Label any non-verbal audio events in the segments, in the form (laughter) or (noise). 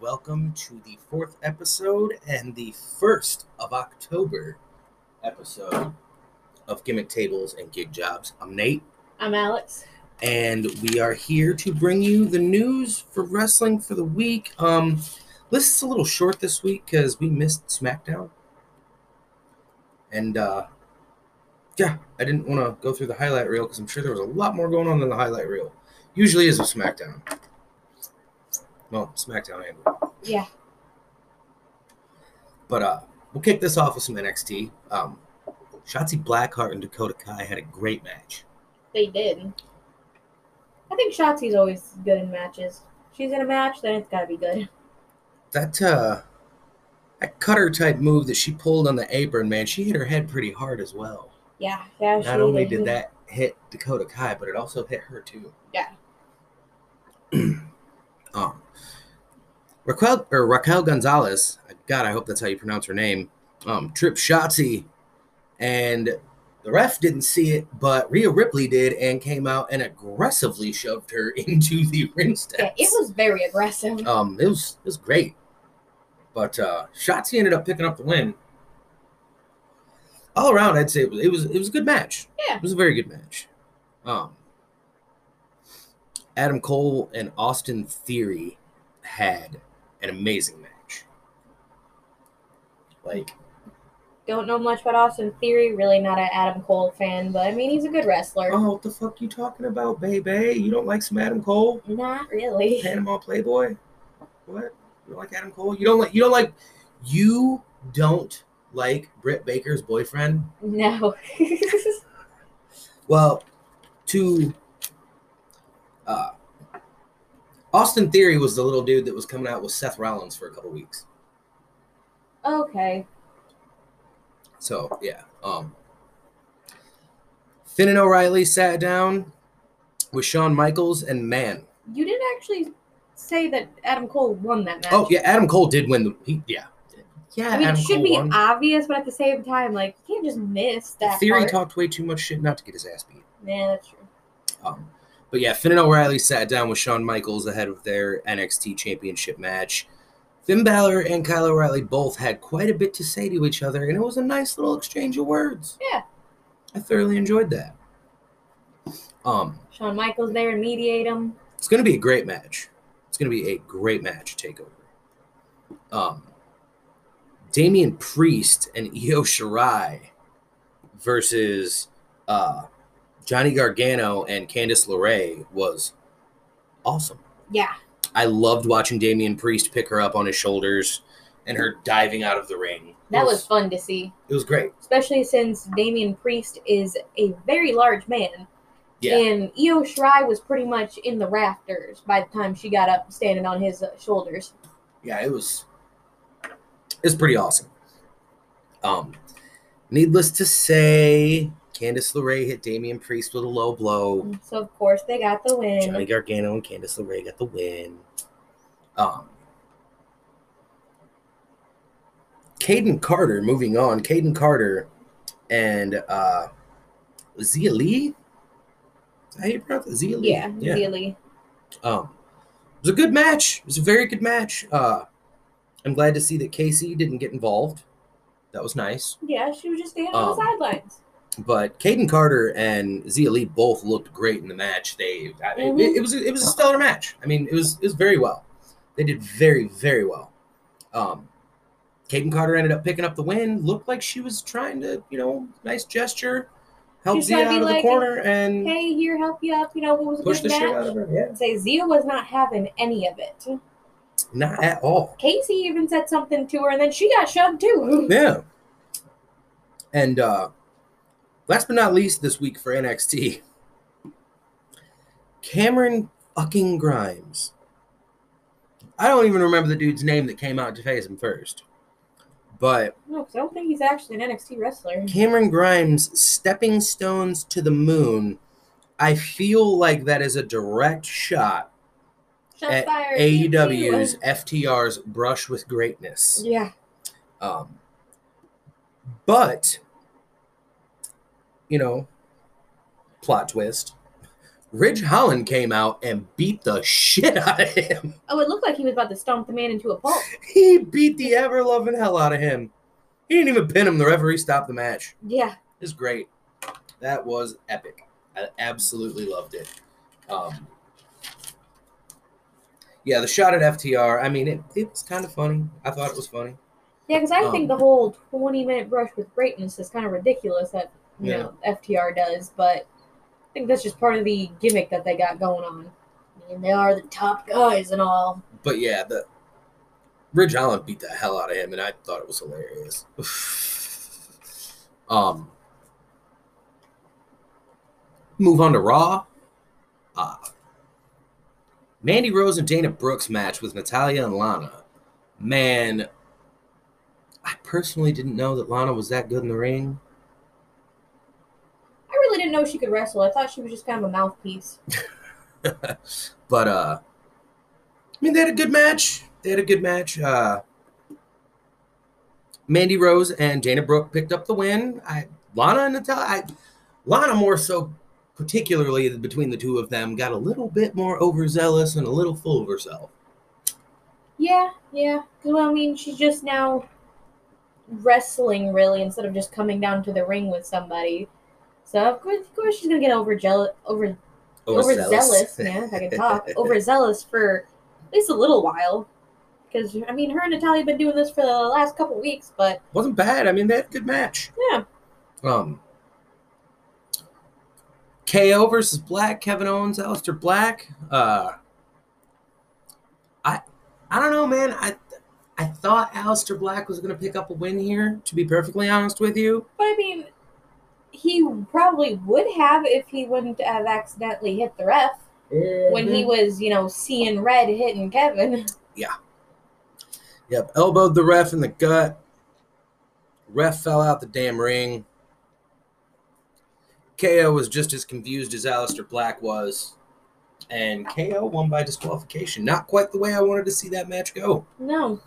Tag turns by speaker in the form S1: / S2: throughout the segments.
S1: welcome to the fourth episode and the first of October episode of Gimmick Tables and Gig Jobs. I'm Nate,
S2: I'm Alex.
S1: and we are here to bring you the news for wrestling for the week. Um, this is a little short this week because we missed SmackDown, and uh, yeah, I didn't want to go through the highlight reel because I'm sure there was a lot more going on than the highlight reel. Usually is with SmackDown. Well, SmackDown and
S2: Yeah.
S1: But uh, we'll kick this off with some NXT. Um, Shotzi Blackheart and Dakota Kai had a great match.
S2: They did. I think Shotzi's always good in matches. She's in a match, then it's gotta be good.
S1: That uh, that cutter type move that she pulled on the apron, man, she hit her head pretty hard as well.
S2: Yeah, yeah. she
S1: Not only did that hit Dakota Kai, but it also hit her too.
S2: Yeah.
S1: (clears throat) um, Raquel or Raquel Gonzalez. God, I hope that's how you pronounce her name. Um, Trip Shotzi, and the ref didn't see it, but Rhea Ripley did, and came out and aggressively shoved her (laughs) into the ring steps.
S2: Yeah, it was very aggressive.
S1: Um, it was it was great, but uh, Shotzi ended up picking up the win. All around, I'd say it was it was, it was a good match.
S2: Yeah.
S1: it was a very good match. Um, Adam Cole and Austin Theory had an amazing match. Like
S2: Don't know much about Austin Theory, really not an Adam Cole fan, but I mean he's a good wrestler.
S1: Oh, what the fuck you talking about, baby? You don't like some Adam Cole?
S2: Not really.
S1: Panama Playboy? What? You don't like Adam Cole? You don't like you don't like you don't like Britt Baker's boyfriend?
S2: (laughs) No. (laughs)
S1: Well, to uh Austin Theory was the little dude that was coming out with Seth Rollins for a couple weeks.
S2: okay.
S1: So yeah. Um Finn and O'Reilly sat down with Shawn Michaels and man.
S2: You didn't actually say that Adam Cole won that match.
S1: Oh yeah, Adam Cole did win the he, yeah. Yeah,
S2: I mean,
S1: Adam
S2: it should
S1: Cole
S2: be
S1: won.
S2: obvious, but at the same time, like you can't just miss that.
S1: Theory
S2: part.
S1: talked way too much shit not to get his ass beat.
S2: Yeah, that's true.
S1: Um, but yeah, Finn and O'Reilly sat down with Shawn Michaels ahead of their NXT Championship match. Finn Balor and Kyle O'Reilly both had quite a bit to say to each other, and it was a nice little exchange of words.
S2: Yeah.
S1: I thoroughly enjoyed that. Um,
S2: Shawn Michaels there and mediate him.
S1: it's going to be a great match. It's going to be a great match takeover. Um, Damian Priest and Io Shirai versus uh, Johnny Gargano and Candice LeRae was awesome.
S2: Yeah.
S1: I loved watching Damian Priest pick her up on his shoulders and her diving out of the ring.
S2: That
S1: it
S2: was fun to see,
S1: it was great.
S2: especially since Damian Priest is a very large man.
S1: Yeah.
S2: And Io Shirai was pretty much in the rafters by the time she got up standing on his uh, shoulders.
S1: yeah, it was it's pretty awesome. Um, needless to say, Candice LeRae hit Damian Priest with a low blow.
S2: So, of course, they got the win.
S1: Johnny Gargano and Candice LeRae got the win. Um, Caden Carter, moving on. Caden Carter and uh, Zia Lee. Is that how you pronounce it? Zia Lee.
S2: Yeah,
S1: yeah.
S2: really.
S1: Um, it was a good match. It was a very good match. Uh, I'm glad to see that Casey didn't get involved. That was nice.
S2: Yeah, she was just standing on the
S1: Um,
S2: sidelines.
S1: But Caden Carter and Zia Lee both looked great in the match. They I- it-
S2: Mhm.
S1: it, was it was a stellar match. I mean, it was it was very well. They did very very well. Um, Caden Carter ended up picking up the win. Looked like she was trying to you know nice gesture, help
S2: She's
S1: Zia
S2: trying to
S1: out
S2: be
S1: of the
S2: like,
S1: corner and
S2: Hey, here, help you up. You know, what was a
S1: push the
S2: good
S1: shit out
S2: match?
S1: of her. Yeah,
S2: Say Zia was not having any of it.
S1: not at all.
S2: Casey even said something to her, and then she got shoved too. (laughs)
S1: Yeah. And uh, last but not least, this week for NXT, Cameron fucking Grimes. I don't even remember the dude's name that came out to face him first. But
S2: No, 'cause I don't think he's actually an NXT wrestler.
S1: Cameron Grimes, Stepping Stones to the Moon, I feel like that is a direct shot
S2: Shots
S1: At E
S2: fired. Pew, pew.
S1: AEW's FTR's brush with greatness.
S2: Yeah.
S1: Um, but, you know, plot twist. Ridge Holland came out and beat the shit out of him. (laughs)
S2: Oh, it looked like he was about to stomp the man into a
S1: (gasps)
S2: pulp.
S1: He beat the ever loving hell out of him. He didn't even pin him. The referee stopped the match.
S2: Yeah.
S1: It was great. That was epic. I absolutely loved it. Um, yeah, the shot at FTR. I mean, it, it was kind of funny. I thought it was funny.
S2: Yeah, because I
S1: Um,
S2: think the whole 20 minute brush with greatness is kind of ridiculous that, you
S1: Yeah.
S2: know, FTR does, but I think that's just part of the gimmick that they got going on. I mean, they are the top guys and all.
S1: But yeah, the Ridge Holland beat the hell out of him, and I thought it was hilarious. (sighs) um, move on to Raw. Uh, Mandy Rose and Dana Brooks match with Natalia and Lana. Man, I personally didn't know that Lana was that good in the ring.
S2: I really didn't know she could wrestle. I thought she was just kind of a mouthpiece.
S1: but uh I mean they had a good match. They had a good match. Uh Mandy Rose and Dana Brooke picked up the win. I Lana and Natalia I, Lana more so particularly between the two of them got a little bit more overzealous and a little full of herself.
S2: Yeah, yeah. 'Cause, Well, I mean, she's just now wrestling, really, instead of just coming down to the ring with somebody. So, of course, of course she's going to get over jealous, over overzealous, man, if I can
S1: (laughs)
S2: talk, overzealous for at least a little while. Because, I mean, her and Natalia have been doing this for the last couple weeks, but
S1: Wasn't bad. I mean they had a good match.
S2: yeah.
S1: Um KO versus Black, Kevin Owens, Aleister Black. Uh I I don't know, man. I I thought Aleister Black was gonna pick up a win here, to be perfectly honest with you.
S2: But, I mean, he probably would have if he wouldn't have accidentally hit the ref when
S1: Mm-hmm.
S2: he was, you know, seeing red hitting Kevin. (laughs)
S1: Yep, elbowed the ref in the gut. Ref fell out the damn ring. KO was just as confused as Aleister Black was. And KO won by disqualification. Not quite the way I wanted to see that match go.
S2: No.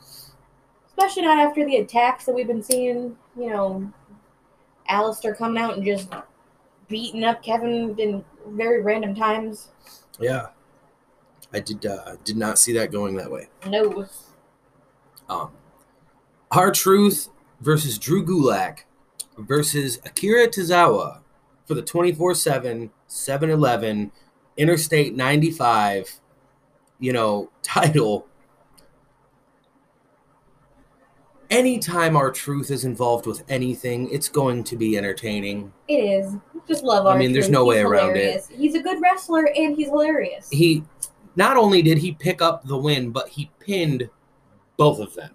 S2: Especially not after the attacks that we've been seeing, you know, Alistair coming out and just beating up Kevin in very random times.
S1: Yeah. I did uh, did not see that going that way.
S2: No.
S1: Um Our Truth versus Drew Gulak versus Akira Tozawa for the 24/7 7-Eleven Interstate 95 you know (laughs) title. Anytime our truth is involved with anything, it's going to be entertaining.
S2: It is. Just love
S1: I mean, there's
S2: R-Truth.
S1: no way
S2: He's
S1: around it.
S2: hilarious. He's a good wrestler and he's hilarious.
S1: he not only did he pick up the win, but he pinned both of them.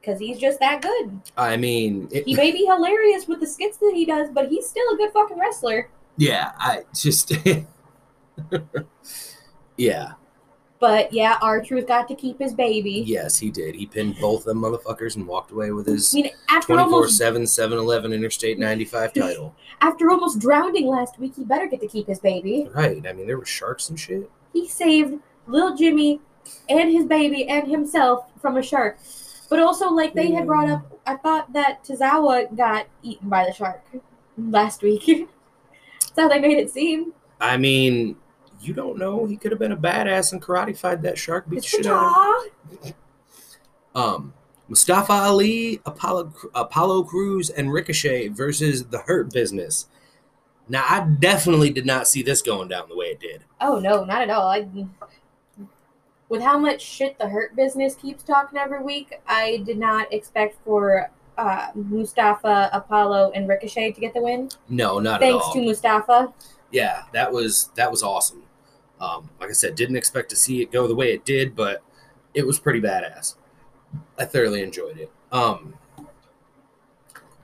S2: Because he's just that good.
S1: I mean, it,
S2: He may be hilarious with the skits that he does, but he's still a good fucking wrestler.
S1: yeah, I just (laughs) yeah,
S2: But yeah, R Truth got to keep his baby.
S1: yes, he did. He pinned both them motherfuckers and walked away with
S2: I
S1: his
S2: mean, after
S1: 24
S2: almost
S1: 7 7 11 Interstate 95 title.
S2: after almost drowning last week, he better get to keep his baby.
S1: right. I mean, there were sharks and shit.
S2: he saved little Jimmy and his baby and himself from a shark. But also, like they had brought up, I thought that Tozawa got eaten by the shark last week. (laughs) That's how they made it seem.
S1: I mean, you don't know. He could have been a badass and karate that shark, beat the shit out of him.
S2: Ta-ta!
S1: Um, Mustafa Ali, Apollo, Apollo Cruz, and Ricochet versus the Hurt Business. Now, I definitely did not see this going down the way it did.
S2: Oh no, not at all. I, with how much shit the Hurt business keeps talking every week, I did not expect for uh, Mustafa, Apollo, and Ricochet to get the win.
S1: No, not
S2: Thanks
S1: at all.
S2: to Mustafa.
S1: yeah, that was that was awesome. Um, like I said, didn't expect to see it go the way it did, but it was pretty badass. I thoroughly enjoyed it. Um,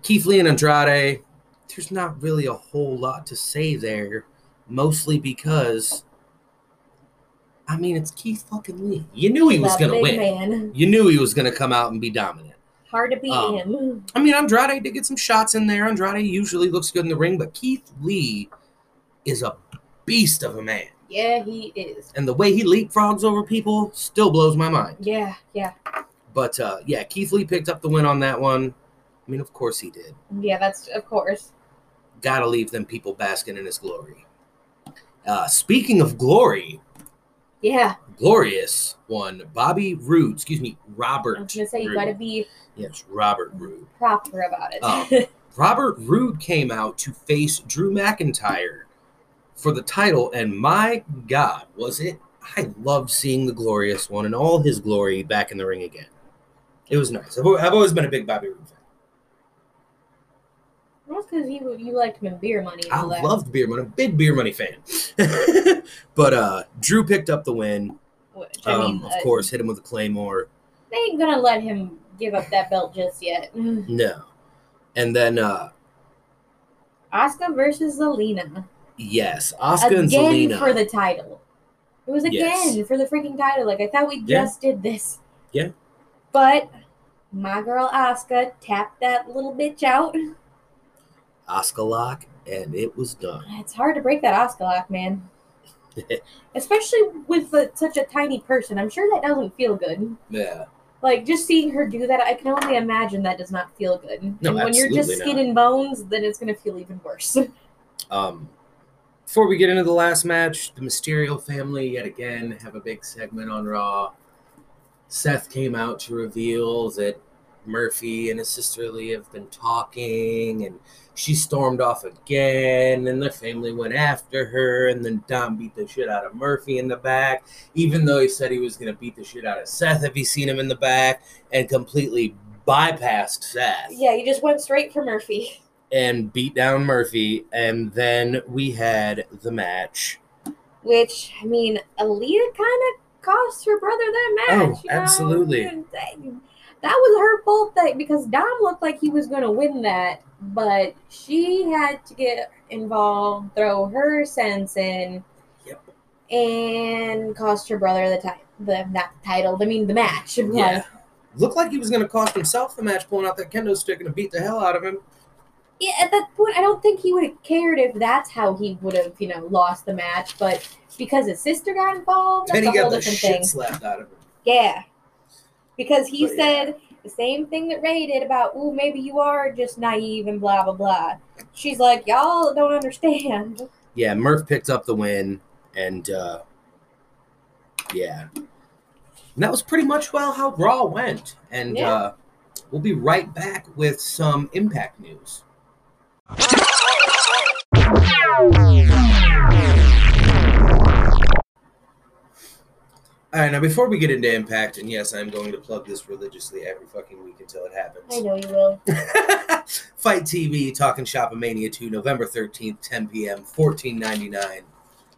S1: Keith Lee and Andrade, there's not really a whole lot to say there, mostly because, I mean, it's Keith fucking Lee. You knew he was
S2: The
S1: gonna
S2: big
S1: win.
S2: Man.
S1: You knew he was gonna come out and be dominant.
S2: Hard to beat
S1: Um,
S2: him.
S1: I mean, Andrade did get some shots in there. Andrade usually looks good in the ring, but Keith Lee is a beast of a man.
S2: Yeah, he is.
S1: And the way he leapfrogs over people still blows my mind.
S2: Yeah, yeah,
S1: But uh, yeah, Keith Lee picked up the win on that one. I mean, of course he did.
S2: yeah. That's of course.
S1: gotta leave them people basking in his glory. Uh, speaking of glory,
S2: Yeah.
S1: glorious one, Bobby Roode, excuse me,
S2: I
S1: Robert.
S2: was gonna say you
S1: Roode.
S2: gotta be
S1: Yes, Robert Roode.
S2: proper about it.
S1: Um, Robert Roode came out to face Drew McIntyre for the title, and my God, was it! I loved seeing the glorious one in all his glory back in the ring again. It was nice. I've, al- I've always been a big Bobby Roode fan.
S2: (laughs) That's because you you liked him in beer money. And
S1: I
S2: all that.
S1: loved Beer Money, big Beer Money fan. (laughs) but uh, Drew picked up the win.
S2: Which, I
S1: Um,
S2: mean,
S1: of
S2: uh,
S1: course, hit him with a claymore.
S2: they ain't gonna let him give up that belt just yet. Mm.
S1: No, and then uh,
S2: Asuka versus Zelina
S1: yes, Oscar
S2: again
S1: and Zelina.
S2: for the title. It was again
S1: Yes.
S2: for the freaking title. Like I thought we
S1: Yeah.
S2: just did this.
S1: Yeah.
S2: But my girl Asuka tapped that little bitch out.
S1: Oscar lock, and it was done.
S2: It's hard to break that Asuka
S1: (laughs)
S2: lock, man. Especially with the, such a tiny person. I'm sure that doesn't feel good.
S1: Yeah,
S2: Like just seeing her do that, I can only imagine that does not feel good.
S1: No,
S2: and when you're just
S1: absolutely
S2: skin
S1: not.
S2: and bones, then it's gonna feel even worse.
S1: Um, before we get into the last match, the Mysterio family yet again have a big segment on Raw. Seth came out to reveal that Murphy and his sister Lee have been talking, and she stormed off again, and the family went after her, and then Dom beat the shit out of Murphy in the back, even though he said he was gonna beat the shit out of Seth if he seen him in the back, and completely bypassed Seth
S2: yeah, you just went straight for Murphy.
S1: and beat down Murphy, and then we had the match.
S2: Which I mean, Aaliyah kinda cost her brother that
S1: Oh,
S2: match. you know?
S1: absolutely.
S2: And That that was her fault that because Dom looked like he was gonna win that, but she had to get involved, throw her sense in,
S1: Yep.
S2: and cost her brother the title. The not the title, I mean the match. Like,
S1: Looked like he was going to cost himself the match, pulling out that kendo stick and beat the hell out of him.
S2: yeah, at that point, I don't think he would have cared if that's how he would have, you know, lost the match. But because his sister got involved, that's
S1: then he
S2: a
S1: got
S2: whole
S1: the
S2: different
S1: shit
S2: thing.
S1: slapped out of him.
S2: Yeah, because he
S1: But, yeah.
S2: said the same thing that Ray did about, "Ooh, maybe you are just naive and blah blah blah." She's like, "Y'all don't understand."
S1: Yeah, Murph picked up the win, and uh, yeah. And that was pretty much well how Raw went. And
S2: Yeah.
S1: uh, we'll be right back with some Impact news. All right, now before we get into Impact, and yes, I'm going to plug this religiously every fucking week until it happens.
S2: I know you will.
S1: (laughs) Fight TV, Talking Shop of Mania 2, November 13th, 10 p.m., 14.99.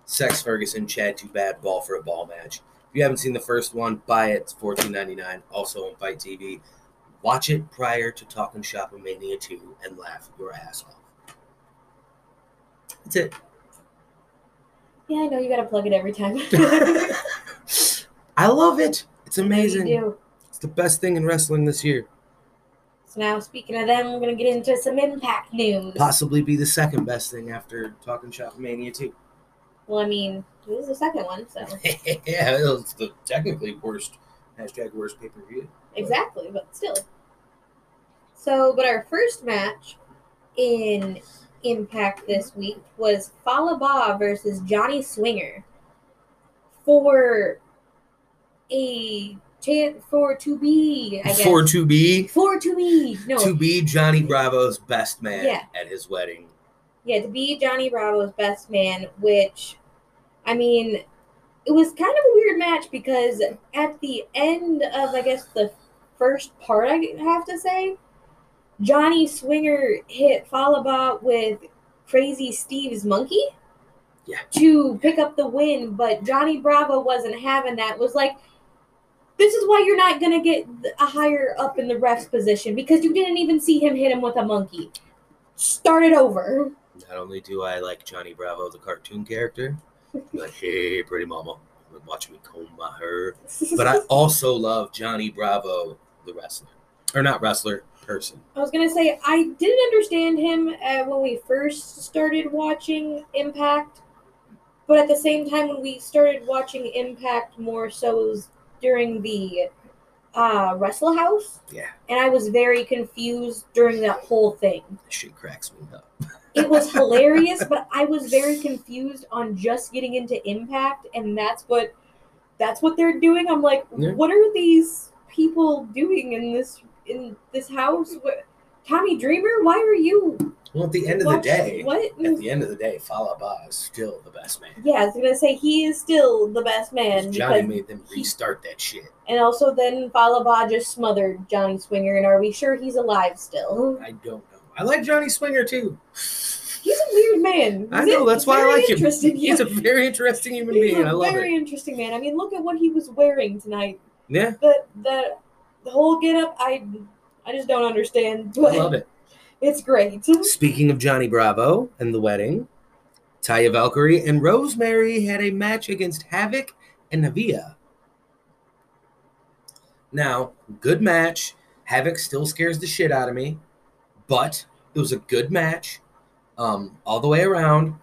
S1: Sex Ferguson, Chad Too Bad, Ball for a Ball match. If you haven't seen the first one, buy it. It's 14.99. Also on Fight TV. Watch it prior to Talking Shop of Mania 2 and laugh your ass off. That's it.
S2: Yeah, I know you gotta plug it
S1: (laughs)
S2: every time. (laughs)
S1: I love it. It's
S2: You
S1: amazing.
S2: do.
S1: It's the best thing in wrestling this year.
S2: So now, speaking of them, we're gonna get into some impact news.
S1: Possibly be the second best thing after Talking Shop of Mania 2.
S2: Well, I mean, this is the second one, so
S1: (laughs) yeah, it was the technically worst hashtag worst pay per view.
S2: exactly, but still. So, but our first match in Impact this week was Falaba versus Johnny Swinger for a chance for to be, I guess,
S1: For to be
S2: for to be, no,
S1: to be Johnny Bravo's best man
S2: Yeah.
S1: at his wedding.
S2: Yeah, to be Johnny Bravo's best man, which, I mean, it was kind of a weird match because at the end of, I guess, the first part, I have to say, Johnny Swinger hit Falaba with Crazy Steve's monkey
S1: Yeah.
S2: to pick up the win, but Johnny Bravo wasn't having that. Was like, this is why you're not going to get a higher up in the ref's position because you didn't even see him hit him with a monkey. Start it over.
S1: Not only do I like Johnny Bravo, the cartoon
S2: (laughs)
S1: character, but hey, pretty mama, watch me comb my
S2: (laughs)
S1: hair. But I also love Johnny Bravo, the wrestler, or not wrestler, person.
S2: I was gonna say I didn't understand him uh, when we first started watching Impact, but at the same time, when we started watching Impact more so it was during the uh, Wrestle House,
S1: Yeah.
S2: and I was very confused during that whole thing.
S1: That shit cracks me up.
S2: it was hilarious, but I was very confused on just getting into Impact, and that's what that's what they're doing. I'm like,
S1: Yeah.
S2: what are these people doing in this in this house? What, Tommy Dreamer, why are you?
S1: Well, at the end of the
S2: watching-
S1: day,
S2: what?
S1: at the end of the day, Fala Ba is still the best man.
S2: Yeah, I was gonna say he is still the best man.
S1: Johnny
S2: because-
S1: made them
S2: he-
S1: restart that shit.
S2: and also, then Falaba just smothered Johnny Swinger, and are we sure he's alive still?
S1: I don't know. I like Johnny Swinger too.
S2: He's a weird man.
S1: I
S2: He's
S1: know that's why I
S2: very
S1: like him.
S2: Interesting.
S1: He's
S2: yeah.
S1: a very interesting human
S2: He's
S1: being.
S2: a
S1: I love
S2: very
S1: it.
S2: interesting man. I mean, look at what he was wearing tonight.
S1: Yeah,
S2: The the, the whole getup, I I just don't understand.
S1: I
S2: But
S1: love it.
S2: It's great.
S1: Speaking of Johnny Bravo and the wedding, Taya Valkyrie and Rosemary had a match against Havoc and Navia. Now, good match. Havoc still scares the shit out of me, but it was a good match um, all the way around.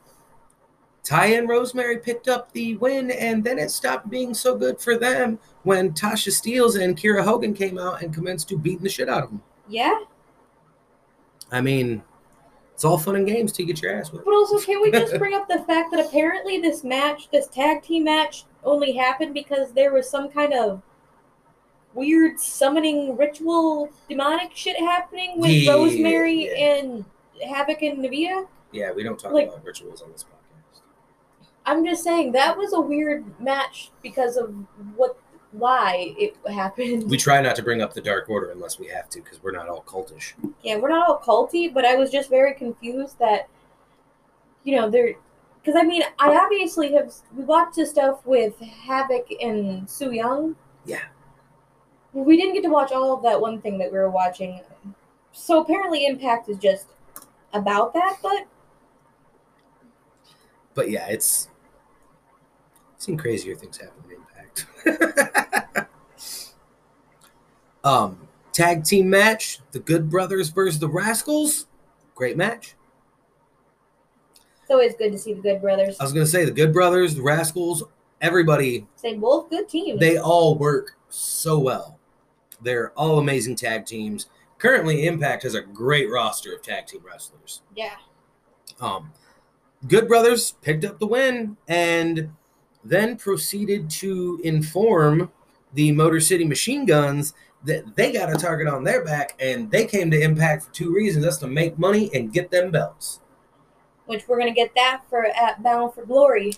S1: Taya and Rosemary picked up the win, and then it stopped being so good for them when Tasha Steeles and Kira Hogan came out and commenced to beating the shit out of them.
S2: Yeah,
S1: I mean, it's all fun and games to get your ass whipped.
S2: but also can we just bring up the fact that apparently this match, this tag team match, only happened because there was some kind of weird summoning ritual, demonic shit happening with
S1: Yeah,
S2: Rosemary
S1: yeah.
S2: and Havoc and Navia.
S1: Yeah, we don't talk
S2: Like-
S1: about rituals on this podcast.
S2: I'm just saying that was a weird match because of what why it happened.
S1: We try not to bring up the Dark Order unless we have to because we're not all cultish.
S2: yeah, we're not all culty, but I was just very confused that you know they're because I mean I obviously have we watched the stuff with Havoc and Su Young.
S1: Yeah.
S2: we didn't get to watch all of that one thing that we were watching, so apparently Impact is just about that. But
S1: But yeah, it's I've seen crazier things happen in Impact. (laughs) um, tag team match: the Good Brothers versus the Rascals. Great match.
S2: it's always good to see the Good Brothers.
S1: I was gonna say the Good Brothers, the Rascals, everybody
S2: They both good teams.
S1: they all work so well. They're all amazing tag teams. Currently, Impact has a great roster of tag team wrestlers.
S2: yeah,
S1: Um, Good Brothers picked up the win and then proceeded to inform the Motor City Machine Guns that they got a target on their back and they came to Impact for two reasons that's to make money and get them belts.
S2: which we're gonna get that for at Bound for Glory.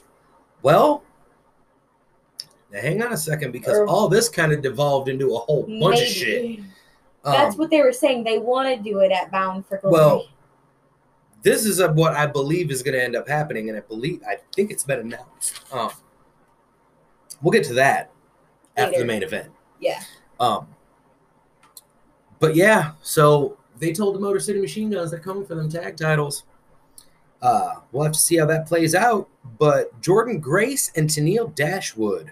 S1: Well, now hang on a second because
S2: Or-
S1: all this kind of devolved into a whole bunch of shit.
S2: Maybe. That's
S1: Um,
S2: what they were saying. They want to do it at Bound for Glory.
S1: Well, this is uh what I believe is going to end up happening, and I believe I think it's been announced. Um, we'll get to that after the
S2: Later.
S1: main event.
S2: yeah,
S1: Um, but yeah, so they told the Motor City Machine Guns they're coming for them tag titles. Uh, we'll have to see how that plays out. But Jordan Grace and Tennille Dashwood.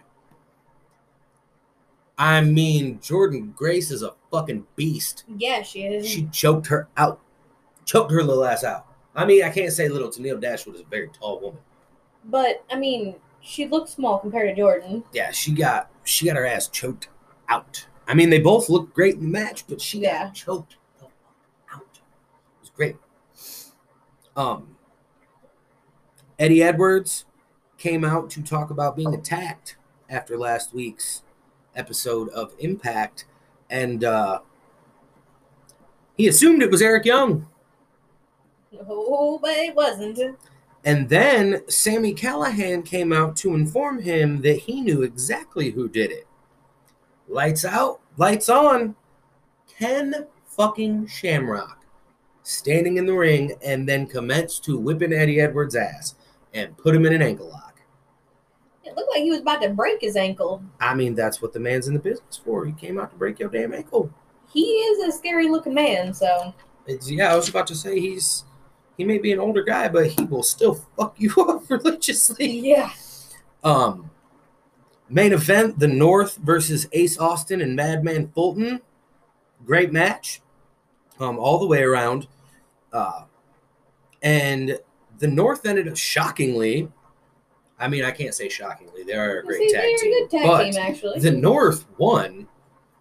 S1: I mean, Jordan Grace is a fucking beast.
S2: yeah, she is.
S1: She choked her out, choked her little ass out. I mean, I can't say little. Tennille Dashwood is a very tall woman.
S2: but I mean, she looks small compared to Jordan. (laughs)
S1: Yeah, she got she got her ass choked out. I mean, they both looked great in the match, but she
S2: Yeah.
S1: got choked the fuck out. It was great. Um, Eddie Edwards came out to talk about being attacked after last week's episode of Impact, and uh, he assumed it was Eric Young.
S2: Oh, but it wasn't.
S1: And then Sammy Callahan came out to inform him that he knew exactly who did it. Lights out, lights on. Ken fucking Shamrock standing in the ring and then commenced to whipping Eddie Edwards' ass and put him in an ankle lock.
S2: It looked like he was about to break his ankle.
S1: I mean, that's what the man's in the business for. He came out to break your damn ankle.
S2: He is a scary looking
S1: (laughs)
S2: man, so
S1: It's, yeah, I was about to say he's he may be an older guy, but he will still (laughs) fuck you up religiously.
S2: yeah.
S1: Um, main event: The North versus Ace Austin and Madman Fulton. Great match, um, all the way around. Uh, and the North ended up shockingly. I mean, I can't say shockingly. They are a great
S2: See,
S1: tag
S2: they're a
S1: team,
S2: good tag
S1: but
S2: team, actually.
S1: the North won.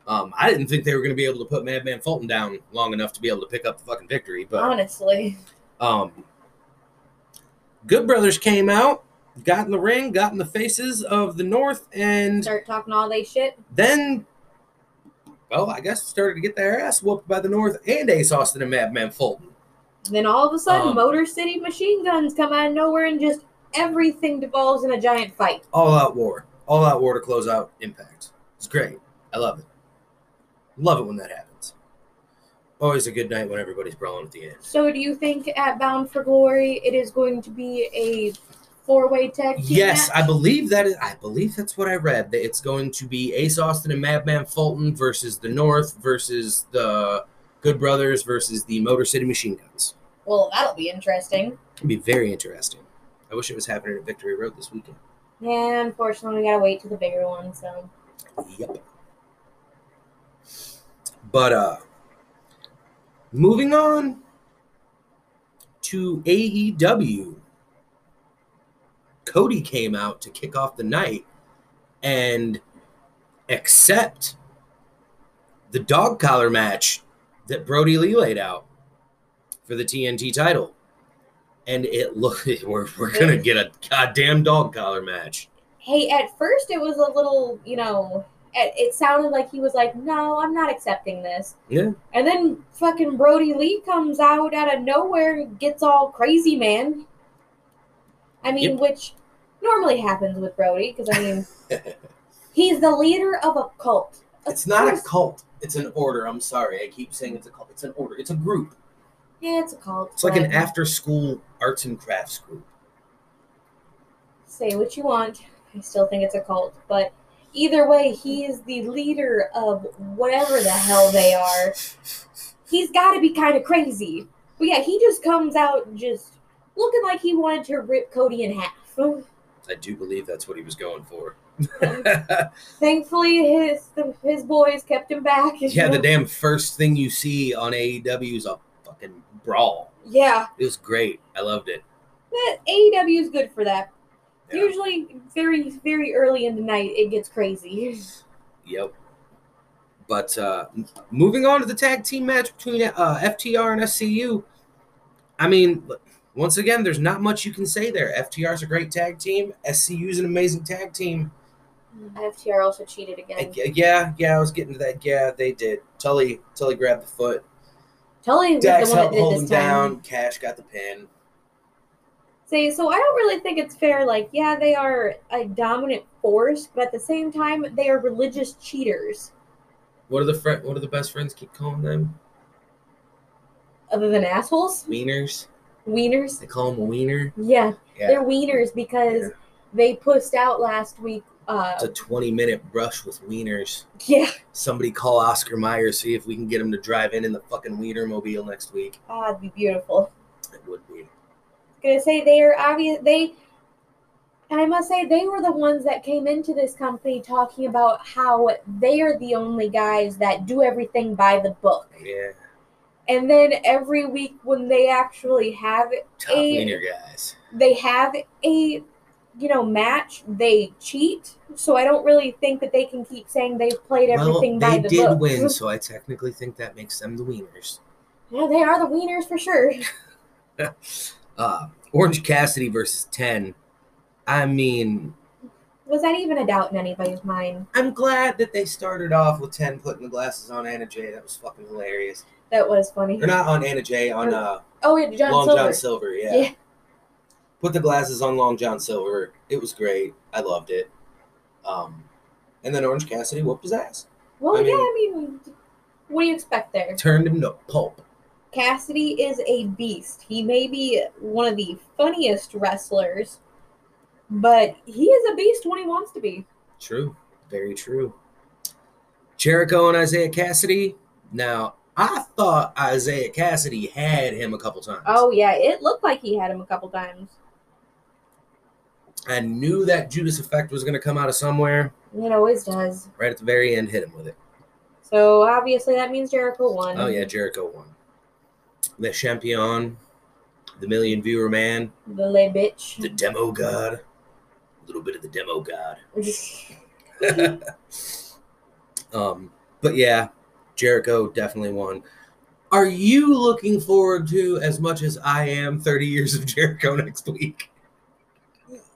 S1: Um, I didn't think they were going to be able to put Madman Fulton down long enough to be able to pick up the fucking victory, but
S2: Honestly, (laughs)
S1: um, Good Brothers came out, got in the ring, got in the faces of the North, and
S2: Start talking all they shit.
S1: then, well, I guess started to get their ass whooped by the North and Ace Austin and Madman Fulton.
S2: Then all of a sudden,
S1: Um,
S2: Motor City machine guns come out of nowhere and just everything devolves in a giant fight.
S1: All out war. All out war to close out Impact. It's great. I love it. Love it when that happens. Always a good night when everybody's brawling at the end.
S2: So, do you think at Bound for Glory it is going to be a four-way tag team?
S1: Yes,
S2: match?
S1: I believe that. Is, I believe that's what I read. That it's going to be Ace Austin and Madman Fulton versus the North versus the Good Brothers versus the Motor City Machine Guns.
S2: Well, that'll be interesting.
S1: It'd be very interesting. I wish it was happening at Victory Road this weekend.
S2: Yeah, unfortunately, we gotta wait to the bigger one. So,
S1: Yep. But uh moving on to AEW. Cody came out to kick off the night and accept the dog collar match that Brody Lee laid out for the TNT title. And it look (laughs) we're, we're gonna get a goddamn dog collar match.
S2: hey, at first it was a little, you know, it, it sounded like he was like, "No, I'm not accepting this."
S1: Yeah.
S2: And then fucking Brody Lee comes out out of nowhere and gets all crazy, man. I mean,
S1: Yep.
S2: which normally happens with Brody because
S1: (laughs)
S2: I mean, he's the leader of a cult. Of
S1: It's not a
S2: course-
S1: cult. It's an order. I'm sorry. I keep saying it's a cult. It's an order. It's a group.
S2: Yeah, it's a cult.
S1: It's like an
S2: but
S1: after school arts and crafts group.
S2: Say what you want. I still think it's a cult, but either way, he is the leader of whatever the hell they are. He's got to be kind of crazy. But yeah, he just comes out just looking like he wanted to rip Cody in half.
S1: I do believe that's what he was going for. (laughs)
S2: Thankfully, his his boys kept him back.
S1: yeah, the damn first thing you see on AEW is a fucking brawl.
S2: yeah.
S1: It was great. I loved it.
S2: But AEW is good for that.
S1: Yeah.
S2: Usually, very very early in the night, it gets crazy.
S1: Yep. But uh, m- moving on to the tag team match between uh, FTR and SCU, I mean, l- once again, there's not much you can say there. FTR is a great tag team. SCU is an amazing tag team.
S2: FTR also cheated again.
S1: I- yeah, yeah, I was getting to that. Yeah, they did. Tully, Tully grabbed the foot.
S2: Tully was
S1: Dax
S2: the one
S1: helped
S2: that did
S1: hold
S2: this
S1: him
S2: time.
S1: down. Cash got the pin.
S2: See, so I don't really think it's fair. Like, yeah, they are a dominant force, but at the same time, they are religious cheaters.
S1: What are the fri What are the best friends keep calling them?
S2: Other than assholes,
S1: Wieners.
S2: wieners.
S1: They call him a wiener.
S2: Yeah,
S1: Yeah.
S2: they're wieners because
S1: Yeah.
S2: they pussed out last week. Uh,
S1: It's a twenty-minute brush with wieners.
S2: (laughs) yeah,
S1: Somebody call Oscar Meyer. See if we can get him to drive in in the fucking wiener mobile next week.
S2: ah, it'd be beautiful.
S1: It would be.
S2: gonna say they are obvious. They, and I must say, they were the ones that came into this company talking about how they are the only guys that do everything by the book.
S1: Yeah.
S2: And then every week when they actually have
S1: Top
S2: Eh.
S1: wiener guys.
S2: they have a you know match they cheat so i don't really think that they can keep saying they've played
S1: Well,
S2: everything by
S1: they
S2: the
S1: did
S2: book
S1: win, so I technically think that makes them the wieners.
S2: yeah they are the wieners for sure
S1: Uh, Orange Cassidy versus Ten. I mean,
S2: was that even a doubt in anybody's mind
S1: I'm glad that they started off with Ten putting the glasses on Anna Jay. That was fucking hilarious.
S2: that was funny
S1: They're not on Anna Jay on uh,
S2: oh yeah john
S1: Long
S2: silver
S1: John Silver. Yeah.
S2: Yeah.
S1: Put the glasses on Long John Silver. It was great. I loved it. Um, and then Orange Cassidy whooped his ass,
S2: well
S1: I
S2: yeah i mean what do you expect there
S1: turned him to pulp.
S2: cassidy is a beast he may be one of the funniest wrestlers but he is a beast when he wants to be
S1: True. Very true. Jericho and Isaiah Cassidy. Now, I thought Isaiah Cassidy had him a couple times.
S2: oh yeah it looked like he had him a couple times
S1: I knew that Judas effect was going to come out of somewhere.
S2: it always does
S1: Right at the very end, hit him with it.
S2: So obviously that means Jericho won.
S1: Oh yeah, Jericho won. The champion, the million viewer man,
S2: The lay bitch.
S1: the demo god, a little bit of the demo god.
S2: Mm-hmm.
S1: (laughs) Um, but yeah, Jericho definitely won. Are you looking forward to as much as I am 30 years of Jericho (laughs) next week?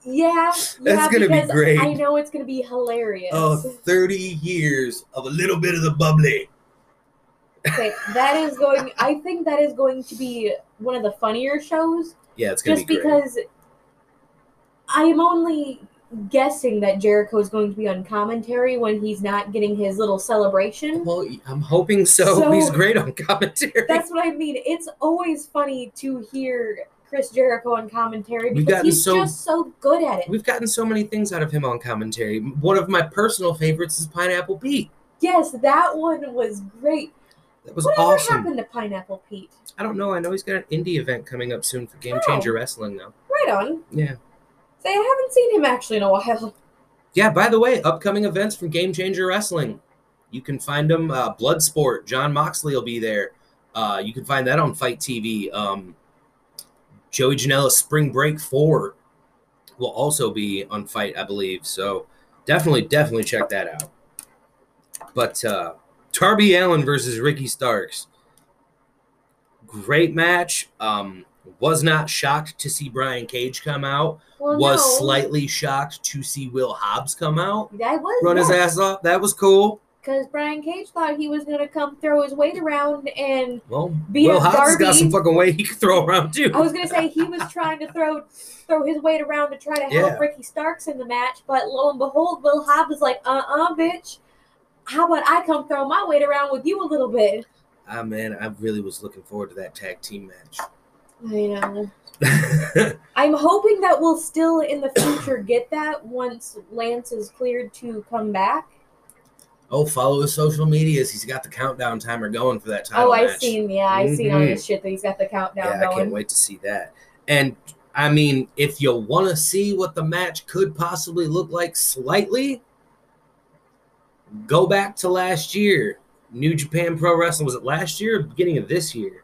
S2: Yeah, yeah,
S1: gonna be
S2: because
S1: great.
S2: I know it's gonna be hilarious.
S1: Oh, 30 years of a little bit of the bubbly.
S2: (laughs) Okay, that is going. I think that is going to be one of the funnier shows,
S1: Yeah, it's gonna
S2: just
S1: be great.
S2: because I am only guessing that Jericho is going to be on commentary when he's not getting his little celebration.
S1: Well, I'm hoping so.
S2: So-
S1: He's great on commentary.
S2: That's what I mean. It's always funny to hear Chris Jericho on commentary
S1: We've
S2: because
S1: gotten
S2: he's
S1: so-
S2: just so good at it.
S1: We've gotten so many things out of him on commentary. One of my personal favorites is Pineapple Pete.
S2: Yes, that one was great.
S1: That was
S2: Whatever
S1: awesome.
S2: happened to Pineapple Pete?
S1: I don't know. I know he's got an indie event coming up soon for Game
S2: Oh.
S1: Changer Wrestling, though.
S2: Right on.
S1: Yeah.
S2: Say, I haven't seen him actually in a while. (laughs)
S1: Yeah, by the way, upcoming events from Game Changer Wrestling. You can find them. Uh, Bloodsport, John Moxley will be there. Uh, you can find that on Fight TV. Um, Joey Janela's Spring Break 4 will also be on Fight, I believe. So definitely, definitely check that out. But uh, Darby Allen versus Ricky Starks. Great match. Um, was not shocked to see Brian Cage come out
S2: Well,
S1: was
S2: Oh, no.
S1: slightly shocked to see Will Hobbs come out,
S2: I was
S1: run his ass off. That was cool.
S2: because Brian Cage thought he was gonna come throw his weight around, and
S1: Well,
S2: Beat
S1: Will
S2: up
S1: Hobbs has got
S2: Darby.
S1: some fucking weight he could throw around too.
S2: I was gonna say he was trying to throw throw his weight around to try to help
S1: Yeah.
S2: Ricky Starks in the match, but lo and behold, Will Hobbs was like, "Uh, uh bitch, how about I come throw my weight around with you a little bit?"
S1: Ah man, I really was looking forward to that tag team match.
S2: I know. I'm hoping that we'll still in the
S1: (coughs)
S2: future get that once Lance is cleared to come back.
S1: (laughs) oh, follow his social medias. He's got the countdown timer going for that title
S2: oh, I've
S1: match.
S2: seen, yeah, I've seen all
S1: Mhm.
S2: this shit that he's got the countdown
S1: yeah,
S2: going.
S1: I can't wait to see that. And I mean, if you want to see what the match could possibly look like slightly, go back to last year. New Japan Pro Wrestling was it last year or beginning of this year?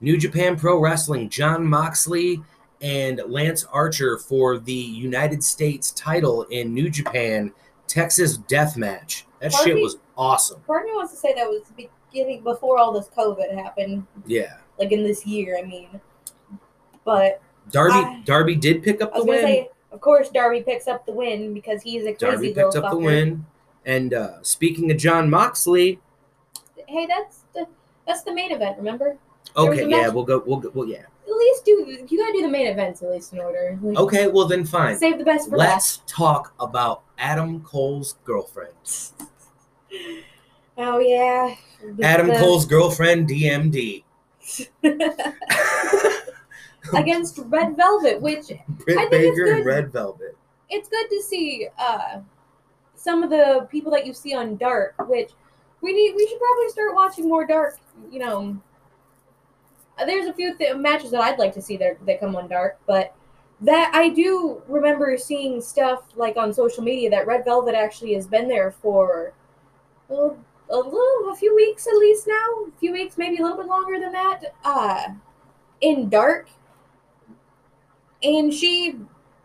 S1: New Japan Pro Wrestling, John Moxley and Lance Archer for the United States title in New Japan Texas Death Match. That shit
S2: Harvey-
S1: was awesome.
S2: Courtney wants to say that was beginning before all this COVID happened,
S1: Yeah.
S2: like in this year. I mean, but
S1: Darby
S2: I-
S1: Darby did pick up
S2: I
S1: the
S2: was
S1: win.
S2: gonna say, of course, Darby picks up the win because he's a crazy
S1: Darby
S2: little
S1: picked up
S2: fucker.
S1: the win. And uh, speaking of John Moxley,
S2: Hey, that's the that's the main event. Remember, There was
S1: okay,
S2: a
S1: yeah,
S2: match-
S1: we'll go, we'll go, well, yeah.
S2: at least do you gotta do the main events at least in order. Like,
S1: Okay, well then, fine.
S2: Save the best for
S1: Let's talk about Adam Cole's girlfriend.
S2: last. Oh yeah, The-
S1: Adam
S2: the-
S1: Cole's girlfriend,
S2: (laughs)
S1: DMD.
S2: against Red Velvet, which I think
S1: Britt
S2: it's
S1: Baker and
S2: good.
S1: Red Velvet.
S2: it's good to see uh, some of the people that you see on Dark, which we need. We should probably start watching more Dark. You know, Uh, there's a few th- matches that I'd like to see that that come on Dark, but that I do remember seeing stuff like on social media that Red Velvet actually has been there for a little, a little, a few weeks at least now, a few weeks, maybe a little bit longer than that. Uh, in Dark. And she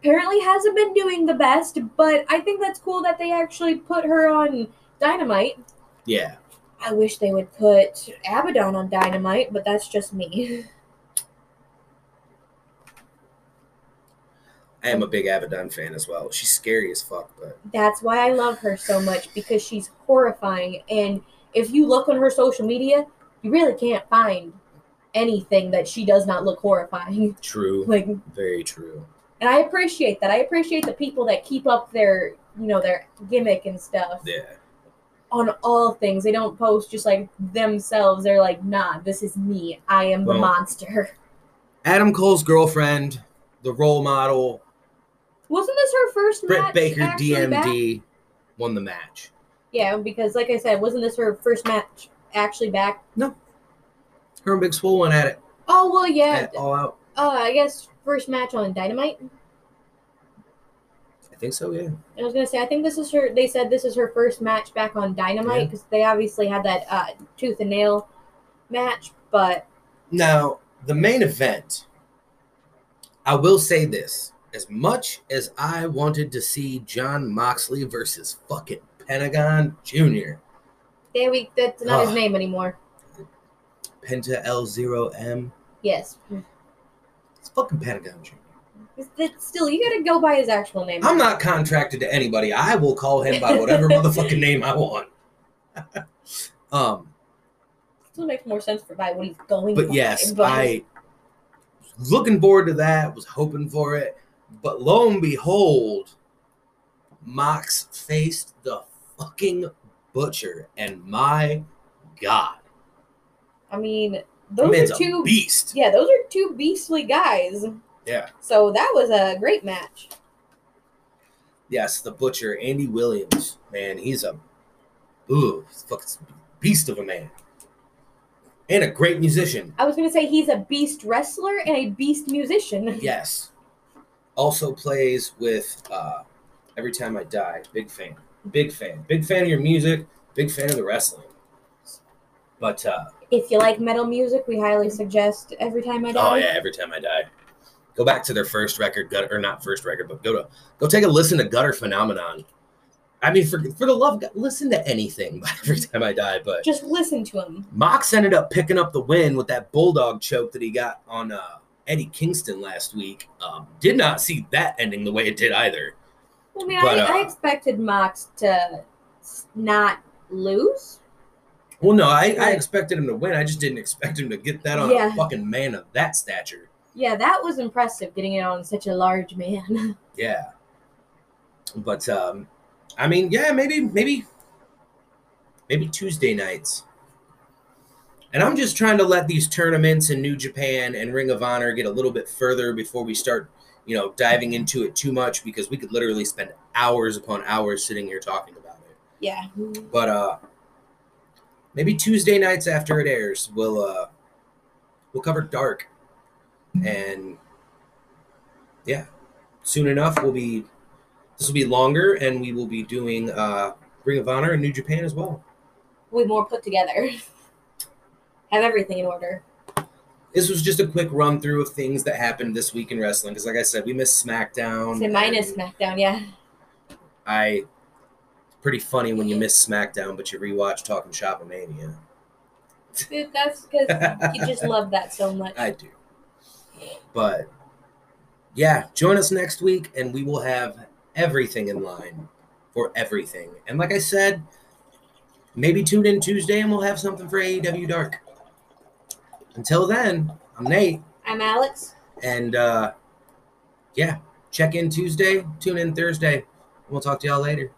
S2: apparently hasn't been doing the best, but I think that's cool that they actually put her on Dynamite.
S1: Yeah,
S2: I wish they would put Abaddon on Dynamite, but that's just me. (laughs)
S1: I am a big Abaddon fan as well. She's scary as fuck, but
S2: That's why I love her so much because she's horrifying. And if you look on her social media, you really can't find anything that she does not look horrifying. (laughs)
S1: true,
S2: Like,
S1: very true.
S2: and I appreciate that. I appreciate the people that keep up their, you know, their gimmick and stuff.
S1: Yeah,
S2: on all things. They don't post just like themselves. They're like, nah, this is me. I am the
S1: Well-
S2: monster. (laughs)
S1: Adam Cole's girlfriend, the role model,
S2: Wasn't this her first match?
S1: Britt Baker,
S2: actually back?
S1: DMD, won the match.
S2: Yeah, because like I said, wasn't this her first match actually back?
S1: Her and Big Swole went at it
S2: Oh well, yeah.
S1: at all out.
S2: Uh, I guess first match on Dynamite.
S1: I think so, yeah.
S2: I was gonna say, I think this is her. They said this is her first match back on Dynamite because they obviously had that uh, tooth and nail match. But
S1: Now, the main event, I will say this. As much as I wanted to see John Moxley versus fucking Pentagon Jr.,
S2: there we. That's not his
S1: Ugh.
S2: name anymore.
S1: Penta L0M,
S2: Yes.
S1: it's fucking Pentagon Jr.
S2: It's- it's Still, you gotta go by his actual name.
S1: I'm not contracted to anybody. I will call him by (laughs) whatever motherfucking name I want. (laughs) um,
S2: Still makes more sense for by what he's going.
S1: but
S2: by,
S1: yes,
S2: but-
S1: I looking forward to that. Was hoping for it, but lo and behold, Mox faced the fucking butcher, and my god,
S2: I mean,
S1: that
S2: those
S1: man's
S2: are
S1: a
S2: two.
S1: beast.
S2: Yeah, those are two beastly guys.
S1: Yeah.
S2: So that was a great match.
S1: Yes, the butcher, Andy Williams. Man, he's a ooh, he's a fucking beast of a man. And a great musician.
S2: I was gonna say he's a beast wrestler and a beast musician.
S1: Yes. Also plays with uh Every Time I Die. Big fan. Big fan. Big fan of your music, big fan of the wrestling. But uh
S2: If you like metal music, we highly suggest Every Time I Die.
S1: Oh yeah, every time I die. Go back to their first record, gut or not first record, but go to go take a listen to Gutter Phenomenon. I mean, for for the love, of God, listen to anything. by (laughs) Every time I die, but
S2: Just listen to him.
S1: Mox ended up picking up the win with that bulldog choke that he got on uh, Eddie Kingston last week. Um, did not see that ending the way it did either.
S2: I mean,
S1: But,
S2: I,
S1: uh,
S2: I expected Mox to s- not lose.
S1: Well, no, I, I
S2: Right.
S1: expected him to win. I just didn't expect him to get that on a
S2: Yeah.
S1: fucking man of that stature.
S2: Yeah, that was impressive getting it on such a large man. (laughs)
S1: Yeah. But um, I mean, yeah, maybe, maybe, maybe Tuesday nights. And I'm just trying to let these tournaments in New Japan and Ring of Honor get a little bit further before we start, you know, diving into it too much because we could literally spend hours upon hours sitting here talking about it.
S2: yeah.
S1: But uh maybe Tuesday nights after it airs, we'll uh we'll cover Dark. And yeah, soon enough we'll be this will be longer and we will be doing uh Ring of Honor and New Japan as well.
S2: We more put together. (laughs) Have everything in order.
S1: this was just a quick run through of things that happened this week in wrestling because like i said we missed smackdown
S2: Say minus
S1: and
S2: SmackDown, yeah.
S1: i it's pretty funny when you miss smackdown but you rewatch talking shop of mania
S2: (laughs) Dude, that's because you just love that so (laughs) much.
S1: i do but yeah join us next week and we will have everything in line for everything and like i said maybe tune in tuesday and we'll have something for aew dark until then i'm nate
S2: I'm Alex.
S1: And uh, yeah, check in Tuesday, tune in Thursday. We'll talk to y'all later.